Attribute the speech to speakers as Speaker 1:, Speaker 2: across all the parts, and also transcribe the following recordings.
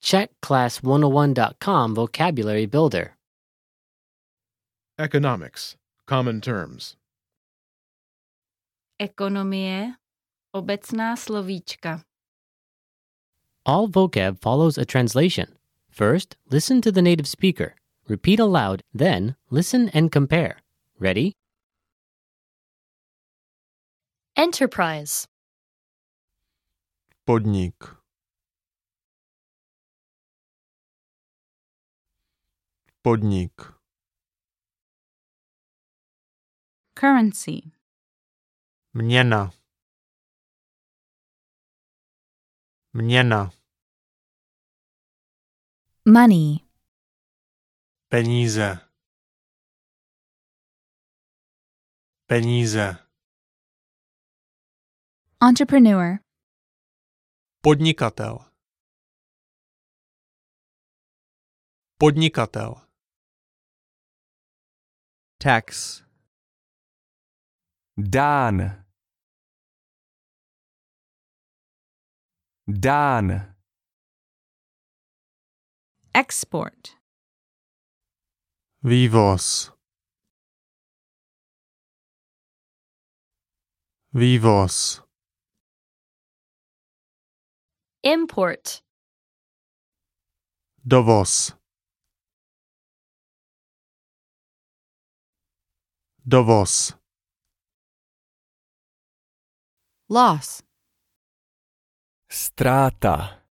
Speaker 1: Check class101.com vocabulary builder.
Speaker 2: Economics. Common terms.
Speaker 3: Ekonomie, obecná slovíčka.
Speaker 1: All vocab follows a translation. First, listen to the native speaker. Repeat aloud, then listen and compare. Ready?
Speaker 4: Enterprise.
Speaker 5: Podnik. Podnik.
Speaker 3: Currency,
Speaker 5: Měna. Měna.
Speaker 4: Money.
Speaker 5: Peníze. Peníze.
Speaker 4: Entrepreneur.
Speaker 5: Podnikatel. Podnikatel. Tax.
Speaker 6: Dán. Dán.
Speaker 3: export,
Speaker 5: Vývoz. Vývoz.
Speaker 4: Import.
Speaker 5: Dovoz. Dovoz.
Speaker 3: loss,
Speaker 6: Ztráta.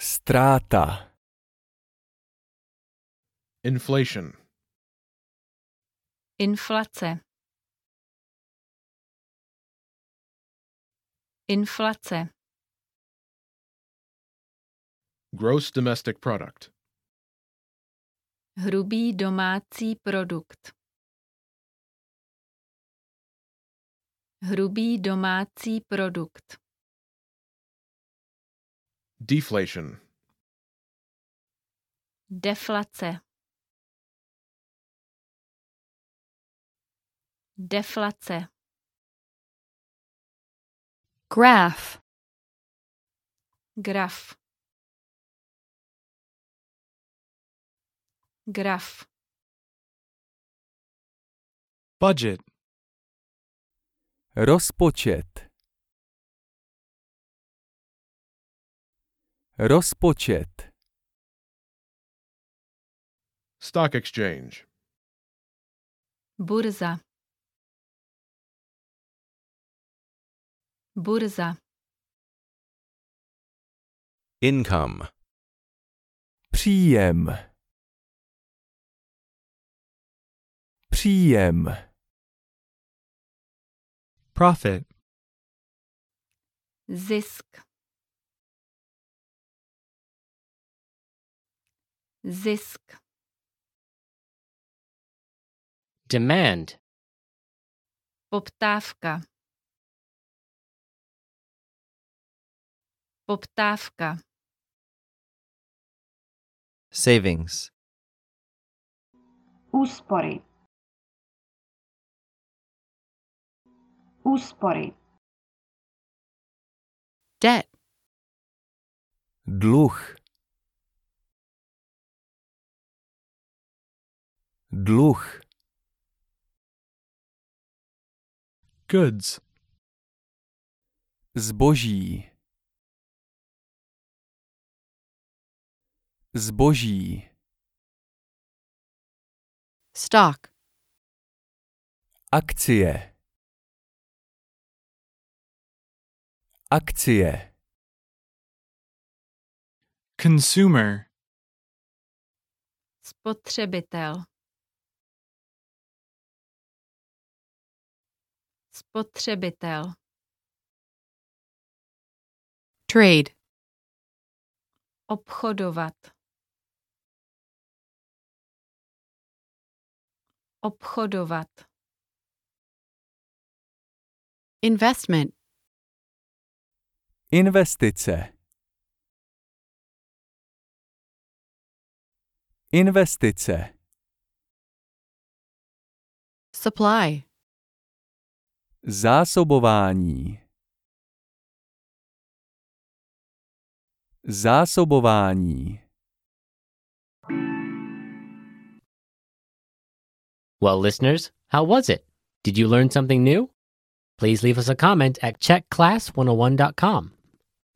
Speaker 6: Ztráta.
Speaker 2: Inflation.
Speaker 3: inflace. Inflace,
Speaker 2: Gross domestic product.
Speaker 3: hrubý domácí produkt. Hrubý domácí produkt,
Speaker 2: Deflation.
Speaker 3: deflace. Deflace,
Speaker 4: Graph.
Speaker 3: graf. Graf.
Speaker 7: Budget.
Speaker 6: Rozpočet. Rozpočet.
Speaker 2: Stock exchange.
Speaker 3: Burza. Burza.
Speaker 8: Income.
Speaker 6: Příjem. Příjem.
Speaker 7: Profit.
Speaker 3: Zisk. Zisk.
Speaker 1: Demand.
Speaker 3: Poptávka. Poptávka.
Speaker 9: savings,
Speaker 10: Úspory. Úspory.
Speaker 3: Debt.
Speaker 6: Dluh. Dluh.
Speaker 7: Goods.
Speaker 6: Zboží. Zboží.
Speaker 3: Stock.
Speaker 6: Akcie. Akcie.
Speaker 7: Consumer.
Speaker 3: Spotřebitel. Spotřebitel. Trade. Obchodovat. Obchodovat. Investment.
Speaker 6: Investice. Investice.
Speaker 3: Supply.
Speaker 6: Zásobování. zásobování,
Speaker 1: Well, listeners, how was it? Did you learn something new? oh Please leave us a comment at checkclass101.com.